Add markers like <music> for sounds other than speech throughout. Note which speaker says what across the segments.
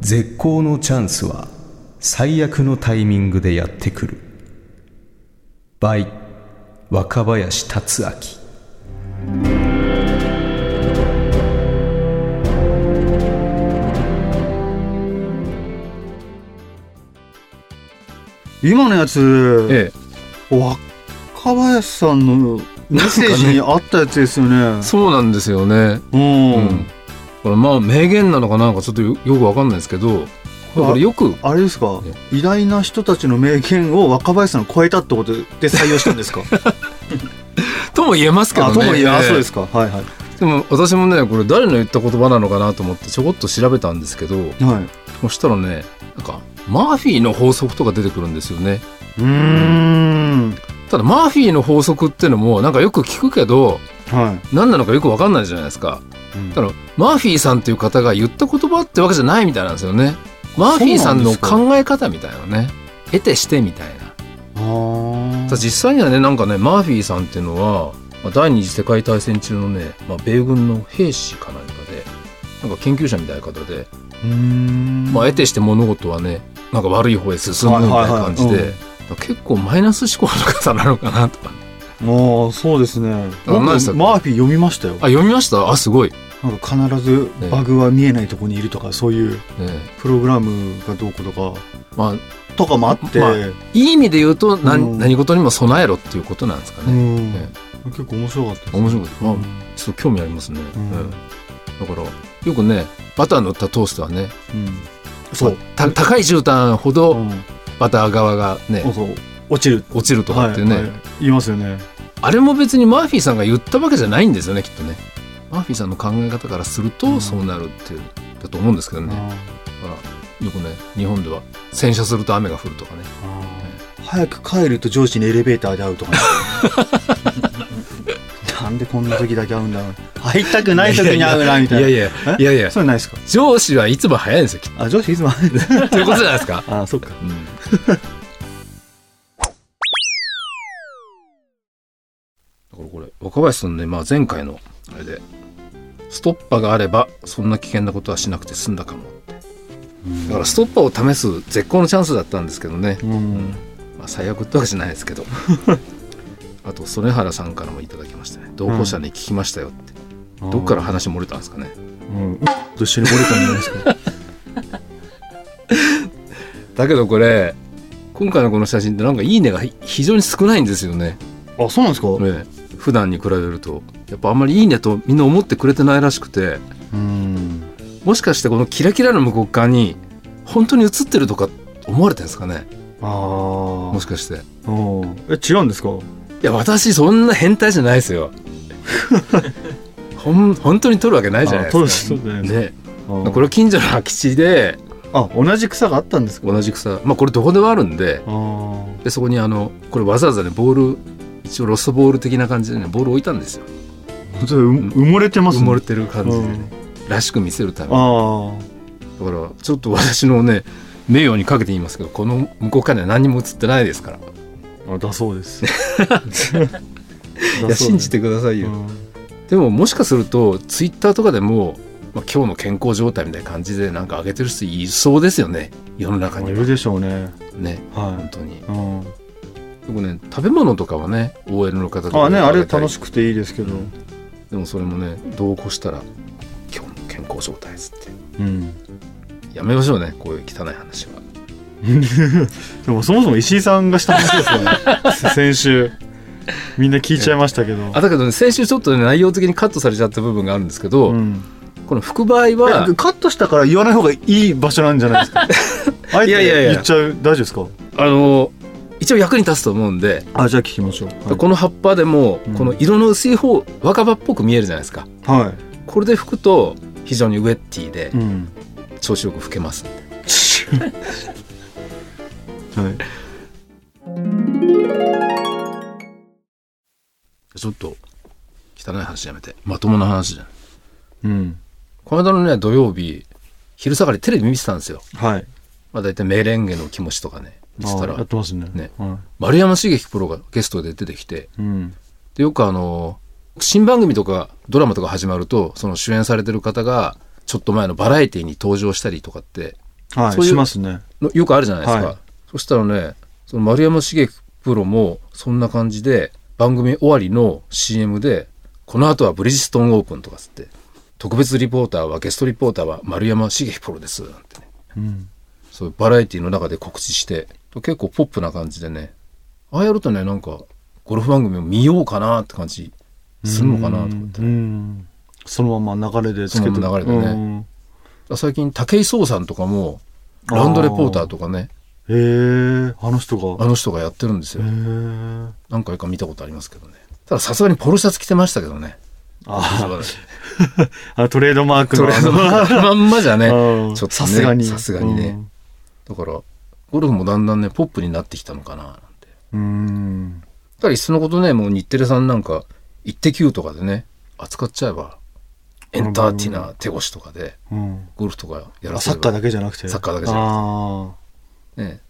Speaker 1: 絶好のチャンスは最悪のタイミングでやってくる by 若林達明
Speaker 2: 今のやつ、
Speaker 3: え
Speaker 2: 若林さんのメッセージにあったやつですよね
Speaker 3: え、そうなんですよね。
Speaker 2: うん、
Speaker 3: うんこれまあ名言なのかなんかちょっとよよくわかんないですけど、これよく
Speaker 2: あれですか偉大な人たちの名言を若林さんが超えたってことで採用したん
Speaker 3: <laughs>
Speaker 2: ですか
Speaker 3: とも言えますけど
Speaker 2: あ
Speaker 3: ね。
Speaker 2: ともいや、
Speaker 3: ええ
Speaker 2: そうですかはいはい
Speaker 3: でも私もねこれ誰の言った言葉なのかなと思ってちょこっと調べたんですけど
Speaker 2: はい
Speaker 3: そしたらねなんかマーフィーの法則とか出てくるんですよね
Speaker 2: うーん
Speaker 3: ただマーフィーの法則ってのもなんかよく聞くけど
Speaker 2: は
Speaker 3: 何なのかよく分かんないじゃないですか
Speaker 2: い、うん
Speaker 3: だからマーフィーさんっていう方が言った言葉ってわけじゃないみたいなんですよねマーフィーさんの考え方みたいなね得てしてみたいな
Speaker 2: あー
Speaker 3: ただ実際にはねなんかねマーフィーさんっていうのはまあ第二次世界大戦中のね、まあ、米軍の兵士か何かでなんか研究者みたいな方で
Speaker 2: うーん
Speaker 3: まあ、得てして物事はねなんか悪い方へ進むみたいな感じ
Speaker 2: はいはいはい
Speaker 3: で結構マイナス思考の方なのかなと
Speaker 2: あ
Speaker 3: か
Speaker 2: あそうですね
Speaker 3: あ何
Speaker 2: 僕
Speaker 3: でしたっけ
Speaker 2: マーフィー読みましたよ
Speaker 3: あ読みましたあすごい、ね
Speaker 2: なんか必ずバグは見えないとこにいるとかそういう
Speaker 3: え
Speaker 2: プログラムがどうこうとか
Speaker 3: まあ、
Speaker 2: とかもあって、
Speaker 3: まあいい意味で言うと何,、
Speaker 2: うん
Speaker 3: 何事にも備えろっていうことなんですか
Speaker 2: う
Speaker 3: ね、
Speaker 2: ん
Speaker 3: え
Speaker 2: 結構面白かったです
Speaker 3: 面白いです、まあ
Speaker 2: うん
Speaker 3: ちょっと興味ありますね、
Speaker 2: うん
Speaker 3: ええだからよくねバター塗ったトーストはね
Speaker 2: うんそう
Speaker 3: た高い絨毯ほ
Speaker 2: う
Speaker 3: ど
Speaker 2: ん
Speaker 3: バター側がね、
Speaker 2: そうそう落ちる
Speaker 3: 落ちるとかっていうね、
Speaker 2: はいはい言いますよね
Speaker 3: あれも別にマーフィーさんが言ったわけじゃないんですよねきっとねマーフィーさんの考え方からする
Speaker 2: う
Speaker 3: と
Speaker 2: ん
Speaker 3: そうなるっていう、だと思うんですけどね
Speaker 2: あ
Speaker 3: よくね日本では洗車すると雨が降るとかね
Speaker 2: ーあー早く帰ると上司にエレベーターで会うとかね <laughs> なんでこんな時だけ会うんだろう会いたくない時に会うなみたいない
Speaker 3: やいやいやいや
Speaker 2: それないですか
Speaker 3: 上司はいつも早いんですよきっ
Speaker 2: あ上司いつも会う、
Speaker 3: とということじゃないですか
Speaker 2: <laughs> あーそっか
Speaker 3: うん <laughs> だからこれ若林さんね、まあ、前回のあれでストッパーがあればそんな危険なことはしなくて済んだかもってだからストッパーを試す絶好のチャンスだったんですけどね、
Speaker 2: うん
Speaker 3: まあ、最悪ってわけじゃないですけどあと曽根原さんからもいただきましたね同行者に聞きましたよって、どっから話漏れたんですかね
Speaker 2: うん、と一緒に漏れたんじゃないですか。
Speaker 3: だけどこれ今回のこの写真ってなんか「いいね」がひ非常に少ないんですよね
Speaker 2: あ、そうなんですか。
Speaker 3: ね普段に比べるとやっぱあんまり「いいね」とみんな思ってくれてないらしくて
Speaker 2: うん。
Speaker 3: もしかしてこのキラキラの向こう側に本当に映ってるとか思われてるんですかね
Speaker 2: ああ。
Speaker 3: もしかしてい
Speaker 2: うんえ、違うんですか。
Speaker 3: や私そんな変態じゃないで
Speaker 2: <laughs>
Speaker 3: すよほん本当に撮るわけないじゃないです
Speaker 2: あそうですそうだ
Speaker 3: か
Speaker 2: よね
Speaker 3: ね
Speaker 2: あ
Speaker 3: これ近所の空き地で
Speaker 2: あ、同じ草があったんですか。
Speaker 3: 同じ草まあこれどこでもあるんで
Speaker 2: あー
Speaker 3: でそこにあのこれわざわざねボール一応ロストボール的な感じでねボール置いたんですよ
Speaker 2: 本当だう埋もれてます、
Speaker 3: 埋
Speaker 2: ね。
Speaker 3: もれてる感じで
Speaker 2: うん
Speaker 3: ねらしく見せるために
Speaker 2: あ
Speaker 3: だからちょっと私のね名誉にかけて言いますけどこの向こう側には何にも映ってないですからい
Speaker 2: あ。あ、 <laughs> だそうです。
Speaker 3: や信じ
Speaker 2: て
Speaker 3: てください
Speaker 2: る
Speaker 3: よ、でももしかするとツイッターとかでも、まあ、今日の健康状態みたいな感じでなんか上げてる人いそうですよね世の中
Speaker 2: い
Speaker 3: には
Speaker 2: るでしょうね。
Speaker 3: ね
Speaker 2: は
Speaker 3: 本当によ
Speaker 2: い。うん。
Speaker 3: くね食べ物とかはね OL の方とか
Speaker 2: あ、ね、あれ
Speaker 3: げたり
Speaker 2: 楽しくていいですけど。
Speaker 3: でもそれもね同行したら「今日の健康状態」っつって
Speaker 2: うん。
Speaker 3: やめましょうねこういう汚い話は
Speaker 2: でも、そもそも石井さんがした話ですよね。先週。 <laughs> みんな聞いちゃいましたけど。
Speaker 3: あだけどね先週ちょっとね内容的にカットされちゃった部分があるんですけど、
Speaker 2: うん。
Speaker 3: この副売は
Speaker 2: えカットしたから言わない方がいい場所なんじゃないです <laughs> かあえ
Speaker 3: いやいやい
Speaker 2: て
Speaker 3: や
Speaker 2: 言っちゃう大丈夫ですか
Speaker 3: あの一応役に立つと思うんで、
Speaker 2: あじゃあ聞きましょうはい
Speaker 3: この葉っぱでも
Speaker 2: うん
Speaker 3: この色の薄い方若葉っぽく見えるじゃないですか
Speaker 2: は
Speaker 3: これで拭くと非常にウェッティで
Speaker 2: い、うん
Speaker 3: 調子よく拭けますんで、
Speaker 2: <laughs> はい、
Speaker 3: ちょっと汚い話やめてまともな話じゃん
Speaker 2: うん
Speaker 3: この間のね土曜日昼下がりテレビ見てたんですよ、
Speaker 2: はい
Speaker 3: まあ、大体メレンゲの気持ちとかね見てた
Speaker 2: あや
Speaker 3: ら
Speaker 2: ってますね
Speaker 3: ね
Speaker 2: は
Speaker 3: 丸山茂樹プロがゲストで出てきて
Speaker 2: い、うん
Speaker 3: でよくあの新番組とかドラマとか始まるとその主演されてる方がちょっと前のバラエティに登場したりとかって
Speaker 2: は
Speaker 3: そ
Speaker 2: いう
Speaker 3: いう
Speaker 2: しますね
Speaker 3: のよくあるじゃないですか、
Speaker 2: はい
Speaker 3: そしたらねその丸山茂樹プロもそんな感じで番組終わりの CM で「この後はブリヂストンオープン」とかつって「特別リポーターはゲストリポーターは丸山茂樹プロです」なんてね
Speaker 2: うん
Speaker 3: そういうバラエティの中で告知して結構ポップな感じでねああやるとねなんかゴルフ番組を見ようかなって感じするのかなと思って
Speaker 2: うんうんそのまま流れでつけて
Speaker 3: そのまま流れでね
Speaker 2: うん
Speaker 3: 最近武井壮さんとかもラウンドレポーターとかね
Speaker 2: へえあの人
Speaker 3: あ
Speaker 2: が
Speaker 3: の人がやってるんですよ
Speaker 2: へえ
Speaker 3: 何回か見たことありますけどねたださすがにポロシャツ着てましたけどね
Speaker 2: あ <laughs> あトレードマークの
Speaker 3: それのまんまじゃね
Speaker 2: あ
Speaker 3: ちょ
Speaker 2: のう
Speaker 3: っとね
Speaker 2: んさすがに
Speaker 3: さすがにね、だからゴルフもだんだんねポップになってきたのかななんて
Speaker 2: うん
Speaker 3: だからいっそのことねもう日テレさんなんか「イッテ Q!」とかでね扱っちゃえばエンターテイナー手越しとかで
Speaker 2: うん
Speaker 3: ゴルフとかや
Speaker 2: あ
Speaker 3: らせ
Speaker 2: サ
Speaker 3: れ
Speaker 2: ッカー
Speaker 3: ば
Speaker 2: だけじゃなくて
Speaker 3: サッカーだけじゃなく
Speaker 2: あ
Speaker 3: ね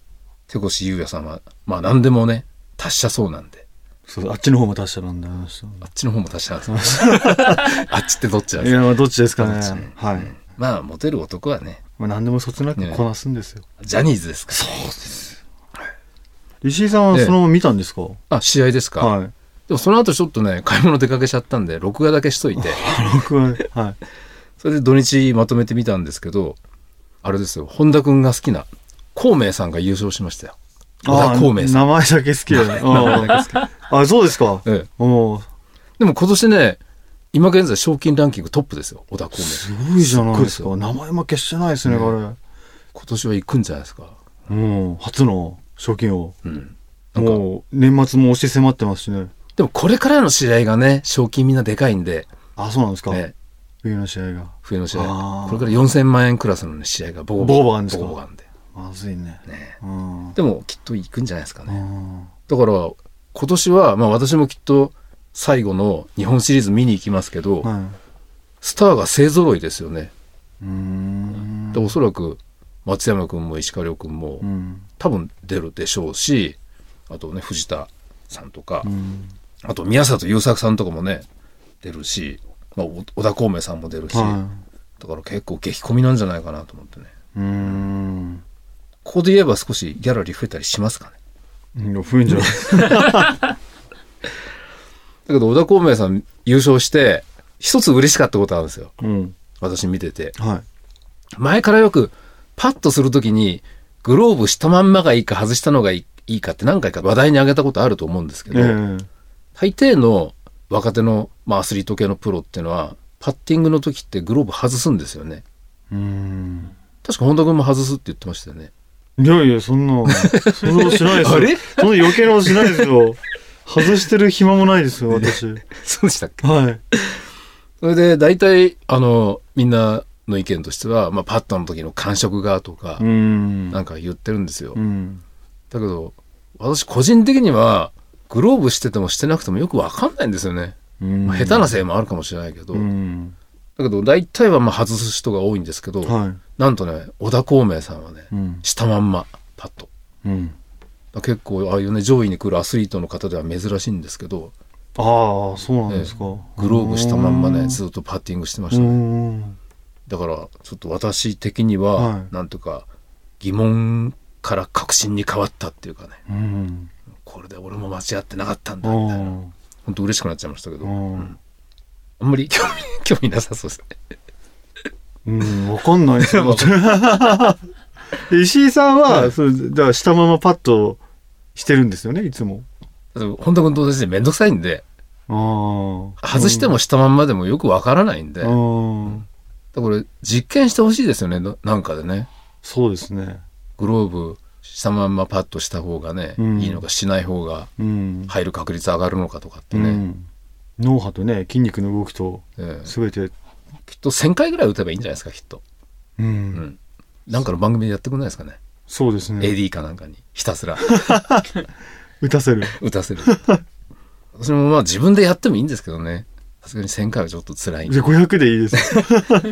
Speaker 3: 手越優也さんはまあ何でもね達者そうなんで
Speaker 2: あそうあっちの方も達者なんだよあの人
Speaker 3: あっちの方も達者なんで
Speaker 2: <laughs>
Speaker 3: すよあっちってどっちなん
Speaker 2: い
Speaker 3: ですか
Speaker 2: やまあどっちですか
Speaker 3: どっち
Speaker 2: ね
Speaker 3: ね
Speaker 2: はい
Speaker 3: まあモテる男はね
Speaker 2: まあ何でもそつなくこなすんですよ
Speaker 3: ジャニーズですからそうです
Speaker 2: 石井さんは
Speaker 3: ええ
Speaker 2: そのまま見たんですか
Speaker 3: あ試合ですか、
Speaker 2: はい
Speaker 3: でもその後ちょっとね買い物出かけちゃったんで録画だけしといて
Speaker 2: 僕ははい
Speaker 3: それで土日まとめてみたんですけどあれですよ本田君が好きな孔明さんが優勝しましたよ
Speaker 2: あ
Speaker 3: 小田孔明さん
Speaker 2: 名前だけ好き
Speaker 3: <laughs>
Speaker 2: だよ
Speaker 3: 名前だけ
Speaker 2: うんあそうですか
Speaker 3: ええ
Speaker 2: おー
Speaker 3: でも今年ね今現在賞金ランキングトップですよ小田孔明
Speaker 2: すごいじゃないです
Speaker 3: すご
Speaker 2: か名前負けしてないですねこ
Speaker 3: 今年は行くんじゃないですか
Speaker 2: れうん初の賞金王
Speaker 3: うんなんか
Speaker 2: もう年末も押し迫ってますしね
Speaker 3: でもこれからの試合がね賞金みんなでかいんで、
Speaker 2: あそうなんですか
Speaker 3: ね、
Speaker 2: 冬の試合が
Speaker 3: 冬の試
Speaker 2: あ
Speaker 3: 合
Speaker 2: ー
Speaker 3: これから4000万円クラスの、ね、試合がボコ
Speaker 2: ボコボコあるんですか
Speaker 3: ボコボコあるんで
Speaker 2: まずいね
Speaker 3: ね
Speaker 2: うん
Speaker 3: でもきっと行くんじゃないですかね
Speaker 2: うん
Speaker 3: だから今年は、まあ、私もきっと最後の日本シリーズ見に行きますけど、
Speaker 2: は
Speaker 3: スターが勢ぞろいですよね、
Speaker 2: い。うーん
Speaker 3: でおそらく松山君も石川遼君も
Speaker 2: うん。
Speaker 3: 多分出るでしょうしあとね藤田さんとか、
Speaker 2: うん
Speaker 3: あと宮里優作さんとかもね出るし、まあ、お小田孔明さんも出るし、
Speaker 2: は
Speaker 3: だから結構激混みなんじゃないかなと思ってね
Speaker 2: い。うーん。
Speaker 3: ここで言えば少しギャラリー増えたりしますかね
Speaker 2: 増えんじゃ
Speaker 3: <laughs>
Speaker 2: ないですか。
Speaker 3: だけど小田孔明さん優勝して一つ嬉しかったことあるんですよ
Speaker 2: うん。
Speaker 3: 私見てて
Speaker 2: はい。
Speaker 3: 前からよくパッとするときにグローブしたまんまがいいか外したのがいいいいかって何回か話題に上げたことあると思うんですけ
Speaker 2: え
Speaker 3: ど、
Speaker 2: え。
Speaker 3: 大抵の若手の、まあ、アスリート系のプロっていうのはパッティングの時ってグローブ外すんですよね
Speaker 2: うーん。
Speaker 3: 確か本田君も外すって言ってましたよね
Speaker 2: いやいや、そんな、そんなことしないですよ。
Speaker 3: <laughs> あれ
Speaker 2: <laughs> そんな余計なことしないですよ。外してる暇もないですよ、私。
Speaker 3: <laughs> <laughs> そうでしたっけ
Speaker 2: はい。
Speaker 3: それで大体あのみんなの意見としては、まあ、パットの時の感触がとか、
Speaker 2: うーん。
Speaker 3: なんか言ってるんですよ、
Speaker 2: うん。
Speaker 3: だけど私個人的にはグローブしててもしてなくてもよくわかんないんですよね
Speaker 2: うん
Speaker 3: まあ、下手なせいもあるかもしれないけど、
Speaker 2: う
Speaker 3: だ
Speaker 2: ん。
Speaker 3: けど大体はまあ外す人が多いんですけど、
Speaker 2: は
Speaker 3: なんとね小田孔明さんはね
Speaker 2: い。うん。
Speaker 3: したまんまパッと
Speaker 2: うん。
Speaker 3: だから結構ああいうね上位に来るアスリートの方では珍しいんですけど
Speaker 2: ああ、そうなんですか。
Speaker 3: グローブしたまんま
Speaker 2: うー
Speaker 3: ね
Speaker 2: ん
Speaker 3: ずっとパッティングしてま
Speaker 2: う
Speaker 3: し
Speaker 2: ー
Speaker 3: たね、
Speaker 2: ん。
Speaker 3: だからちょっと私的に
Speaker 2: は
Speaker 3: は、
Speaker 2: い
Speaker 3: なんとか疑問から確信に変わったっていうかね
Speaker 2: うん。
Speaker 3: これで俺も間違ってなかったん
Speaker 2: う。
Speaker 3: だみたいなん本当嬉しくなっちゃいましたけど、
Speaker 2: う
Speaker 3: うんん。あんまり興味 <laughs> 興味なさそうですね
Speaker 2: うん、わかんない
Speaker 3: <laughs>
Speaker 2: ですよ
Speaker 3: わ
Speaker 2: <laughs>
Speaker 3: か。
Speaker 2: 石井さん
Speaker 3: は
Speaker 2: は、
Speaker 3: い
Speaker 2: そうだからしたままパッとしてるんですよね、いつも。
Speaker 3: だって本田君と同じで面倒くさいんで
Speaker 2: ああ。
Speaker 3: 外してもしたまんまでもよくわからないんで、
Speaker 2: う
Speaker 3: だか
Speaker 2: ん。うん。
Speaker 3: ら実験してほしいですよね、ななんかでね。
Speaker 2: そうですね。
Speaker 3: グローブしたまんまパッとした方がね、
Speaker 2: うん
Speaker 3: いいのかしない方が
Speaker 2: うん。
Speaker 3: 入る確率上がるのかとかって
Speaker 2: う
Speaker 3: ね、
Speaker 2: ん。脳波とね、筋肉の動きと、
Speaker 3: ええ
Speaker 2: すべて、
Speaker 3: きっと1000回ぐらい打てばいいんじゃないですか、きっと。
Speaker 2: う。
Speaker 3: うんん。なんかの番組でやってくんないですかね。
Speaker 2: そうですね。
Speaker 3: AD かなんかにひたすら <laughs>
Speaker 2: 打たせる。
Speaker 3: 打たせる。私もまあ自分でやってもいいんですけどね。さすがに1000回はちょっと辛い。
Speaker 2: じゃあ500でいいです。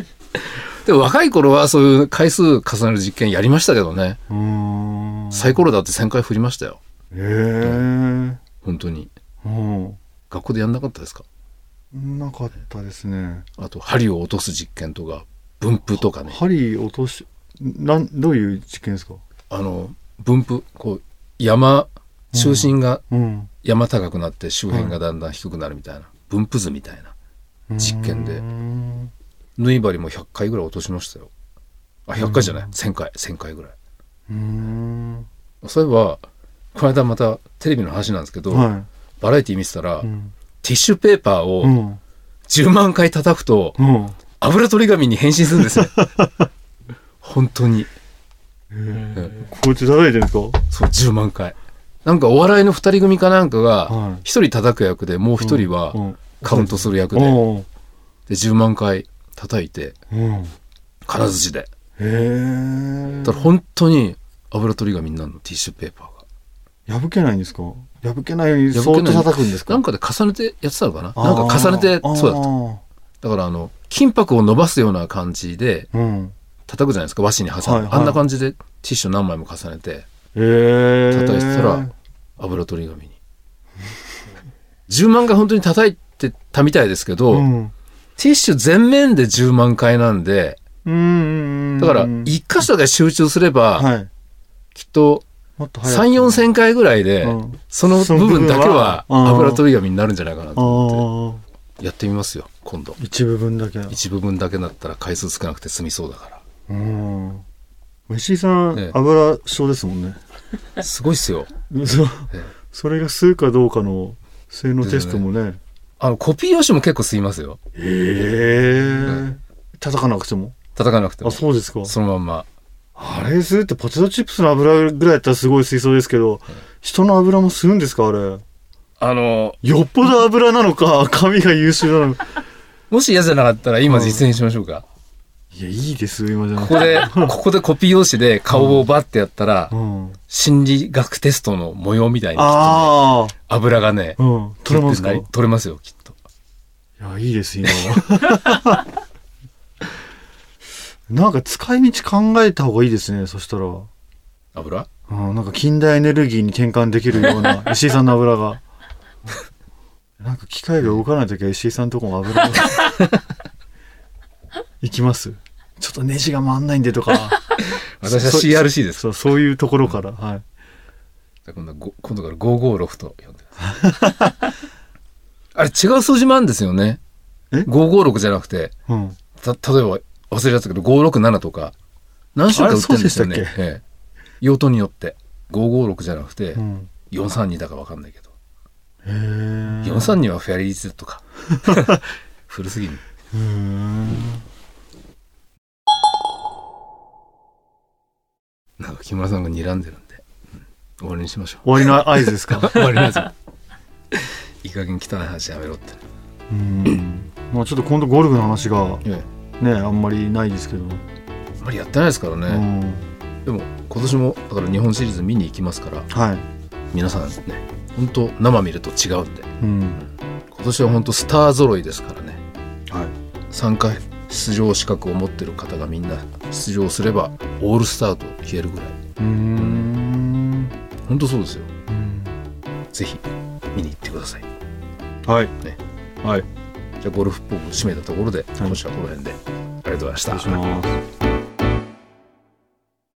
Speaker 3: <laughs> でも若い頃はそういう回数重ねる実験やりましたけどね。
Speaker 2: うーん。
Speaker 3: サイコロだって1000回振りましたよ。
Speaker 2: へえ。
Speaker 3: 本当に。
Speaker 2: うん。
Speaker 3: 学校でやんなかったですか
Speaker 2: なかったですね。
Speaker 3: あと針を落とす実験とか分布とかね
Speaker 2: 針落とし、なんどういう実験ですか
Speaker 3: あの分布こう山中心が
Speaker 2: うん
Speaker 3: 山高くなって周辺がだんだん低くなるみたいな分布図みたいな実験で
Speaker 2: うん
Speaker 3: 縫い針も100回ぐらい落としましたよあ100回じゃない1000回1000回ぐらい
Speaker 2: うん
Speaker 3: そういえばこの間またテレビの話なんですけど、
Speaker 2: は
Speaker 3: バラエティ見てたら、
Speaker 2: い
Speaker 3: ティッシュペーパー
Speaker 2: う
Speaker 3: を
Speaker 2: ん
Speaker 3: 10万回叩くと
Speaker 2: うん
Speaker 3: 油取り紙に変身するん
Speaker 2: <laughs>
Speaker 3: ですよ本当に
Speaker 2: こっち叩いてるんですか
Speaker 3: そう10万回なんかお笑いの2人組かなんか
Speaker 2: は
Speaker 3: が
Speaker 2: い
Speaker 3: 1人叩く役でもう1人は
Speaker 2: うん
Speaker 3: カウントする役で,、
Speaker 2: うん
Speaker 3: で10万回叩いて
Speaker 2: うん
Speaker 3: 金槌で
Speaker 2: へえ
Speaker 3: だから本当に油取り紙になるのティッシュペーパーが
Speaker 2: 破けないんですか破けないように
Speaker 3: 破けない
Speaker 2: そーっと叩くんですか
Speaker 3: なんかで重ねてやってたのかななんか重ねてそうだった
Speaker 2: た
Speaker 3: だからあの金箔を伸ばすような感じで
Speaker 2: うん
Speaker 3: 叩くじゃないですか和紙に挟んで、
Speaker 2: はいはい
Speaker 3: あんな感じでティッシュ何枚も重ねて
Speaker 2: ええ
Speaker 3: 叩いてたら油取り紙に10万回本当に叩いてたみたいですけど、
Speaker 2: うん
Speaker 3: ティッシュ全面で10万回なんで
Speaker 2: うん
Speaker 3: だから
Speaker 2: うん
Speaker 3: 一箇所だけ集中すれば、
Speaker 2: はい
Speaker 3: きっと
Speaker 2: もっと早く
Speaker 3: 3、4千回ぐらいで、
Speaker 2: うん
Speaker 3: その部分だけは
Speaker 2: その部分は
Speaker 3: 油取り紙になるんじゃないかなと思っ
Speaker 2: あ
Speaker 3: てやってみますよ今度
Speaker 2: あ一部分だけ
Speaker 3: 一部分だけだったら回数少なくて済みそうだか
Speaker 2: うん石井さん、
Speaker 3: ええ
Speaker 2: 油症ですもんね <laughs>
Speaker 3: らすごいっすよ
Speaker 2: そう
Speaker 3: ええ
Speaker 2: それが吸うかどうかの性能テストもね
Speaker 3: あのコピー用紙も結構吸いますよ
Speaker 2: へえ叩かなくても
Speaker 3: 叩かなくて
Speaker 2: あ
Speaker 3: も
Speaker 2: そうですか
Speaker 3: そのまんま
Speaker 2: あれ吸うってポテトチップスの油ぐらいやったらすごい水槽ですけど、人の油も吸うんですかあれ
Speaker 3: あの
Speaker 2: よっぽど油なのか <laughs> 髪が優秀なのか
Speaker 3: もし嫌じゃなかったら今実演しましょうか、
Speaker 2: いやいいですよ今じゃな
Speaker 3: こ
Speaker 2: くて <laughs>
Speaker 3: こでここでコピー用紙で顔をバッてやったら、
Speaker 2: うん
Speaker 3: 心理学テストの模様みたいにきっとね
Speaker 2: あ
Speaker 3: 油がね
Speaker 2: あうん取れますか
Speaker 3: キュッてない取れますよきっと
Speaker 2: やいいです今 <laughs> はなんか使い道考えた方がいいですねそしたら、う
Speaker 3: 油
Speaker 2: ん、なんか近代エネルギーに転換できるよう
Speaker 3: <laughs>
Speaker 2: な石井さんの油がなんか機械が動かない時は石井さんのとこも油
Speaker 3: <laughs>
Speaker 2: が行きますちょっとネジが回んないんでとか
Speaker 3: 私は
Speaker 2: そ
Speaker 3: CRC です
Speaker 2: そうそういうところから、はい
Speaker 3: 今度ご今度から556と呼んでください <laughs> あれ違う数字もあるんですよね
Speaker 2: え
Speaker 3: 556じゃなくて
Speaker 2: うん
Speaker 3: た例えば忘れちゃったけど567とか何種類か売ってるんですよね
Speaker 2: あれそうでし
Speaker 3: ええ用途によって556じゃなくて
Speaker 2: うん
Speaker 3: 432だか分かんないけど、
Speaker 2: へえ
Speaker 3: 432はフェアリーズ
Speaker 2: <laughs>
Speaker 3: とか古すぎるなんか木村さんが睨んでるんで、うん終わりにしましょう
Speaker 2: 終わりの合図ですか
Speaker 3: <laughs> 終わりますよいい加減汚い話やめろって、
Speaker 2: うんまあちょっと今度ゴルフの話が
Speaker 3: え
Speaker 2: ねあんまりないですけど、
Speaker 3: えあんまりやってないですから
Speaker 2: う
Speaker 3: ね、
Speaker 2: ん、
Speaker 3: でも今年もだから日本シリーズ見に行きますから
Speaker 2: はい、
Speaker 3: 皆さんね本当生見ると違うんで
Speaker 2: うん
Speaker 3: 今年は本当スター揃いですからね
Speaker 2: はい、
Speaker 3: 3回出場資格を持ってる方がみんな出場すればオールスターと言えるぐらいう
Speaker 2: ーん、
Speaker 3: 本当そうですよ
Speaker 2: うん、
Speaker 3: ぜひ見に行ってください
Speaker 2: はい、
Speaker 3: ね
Speaker 2: はい
Speaker 3: じゃあゴルフっぽく締めたところで今週はこの辺で、ありがとうございました
Speaker 2: 失礼します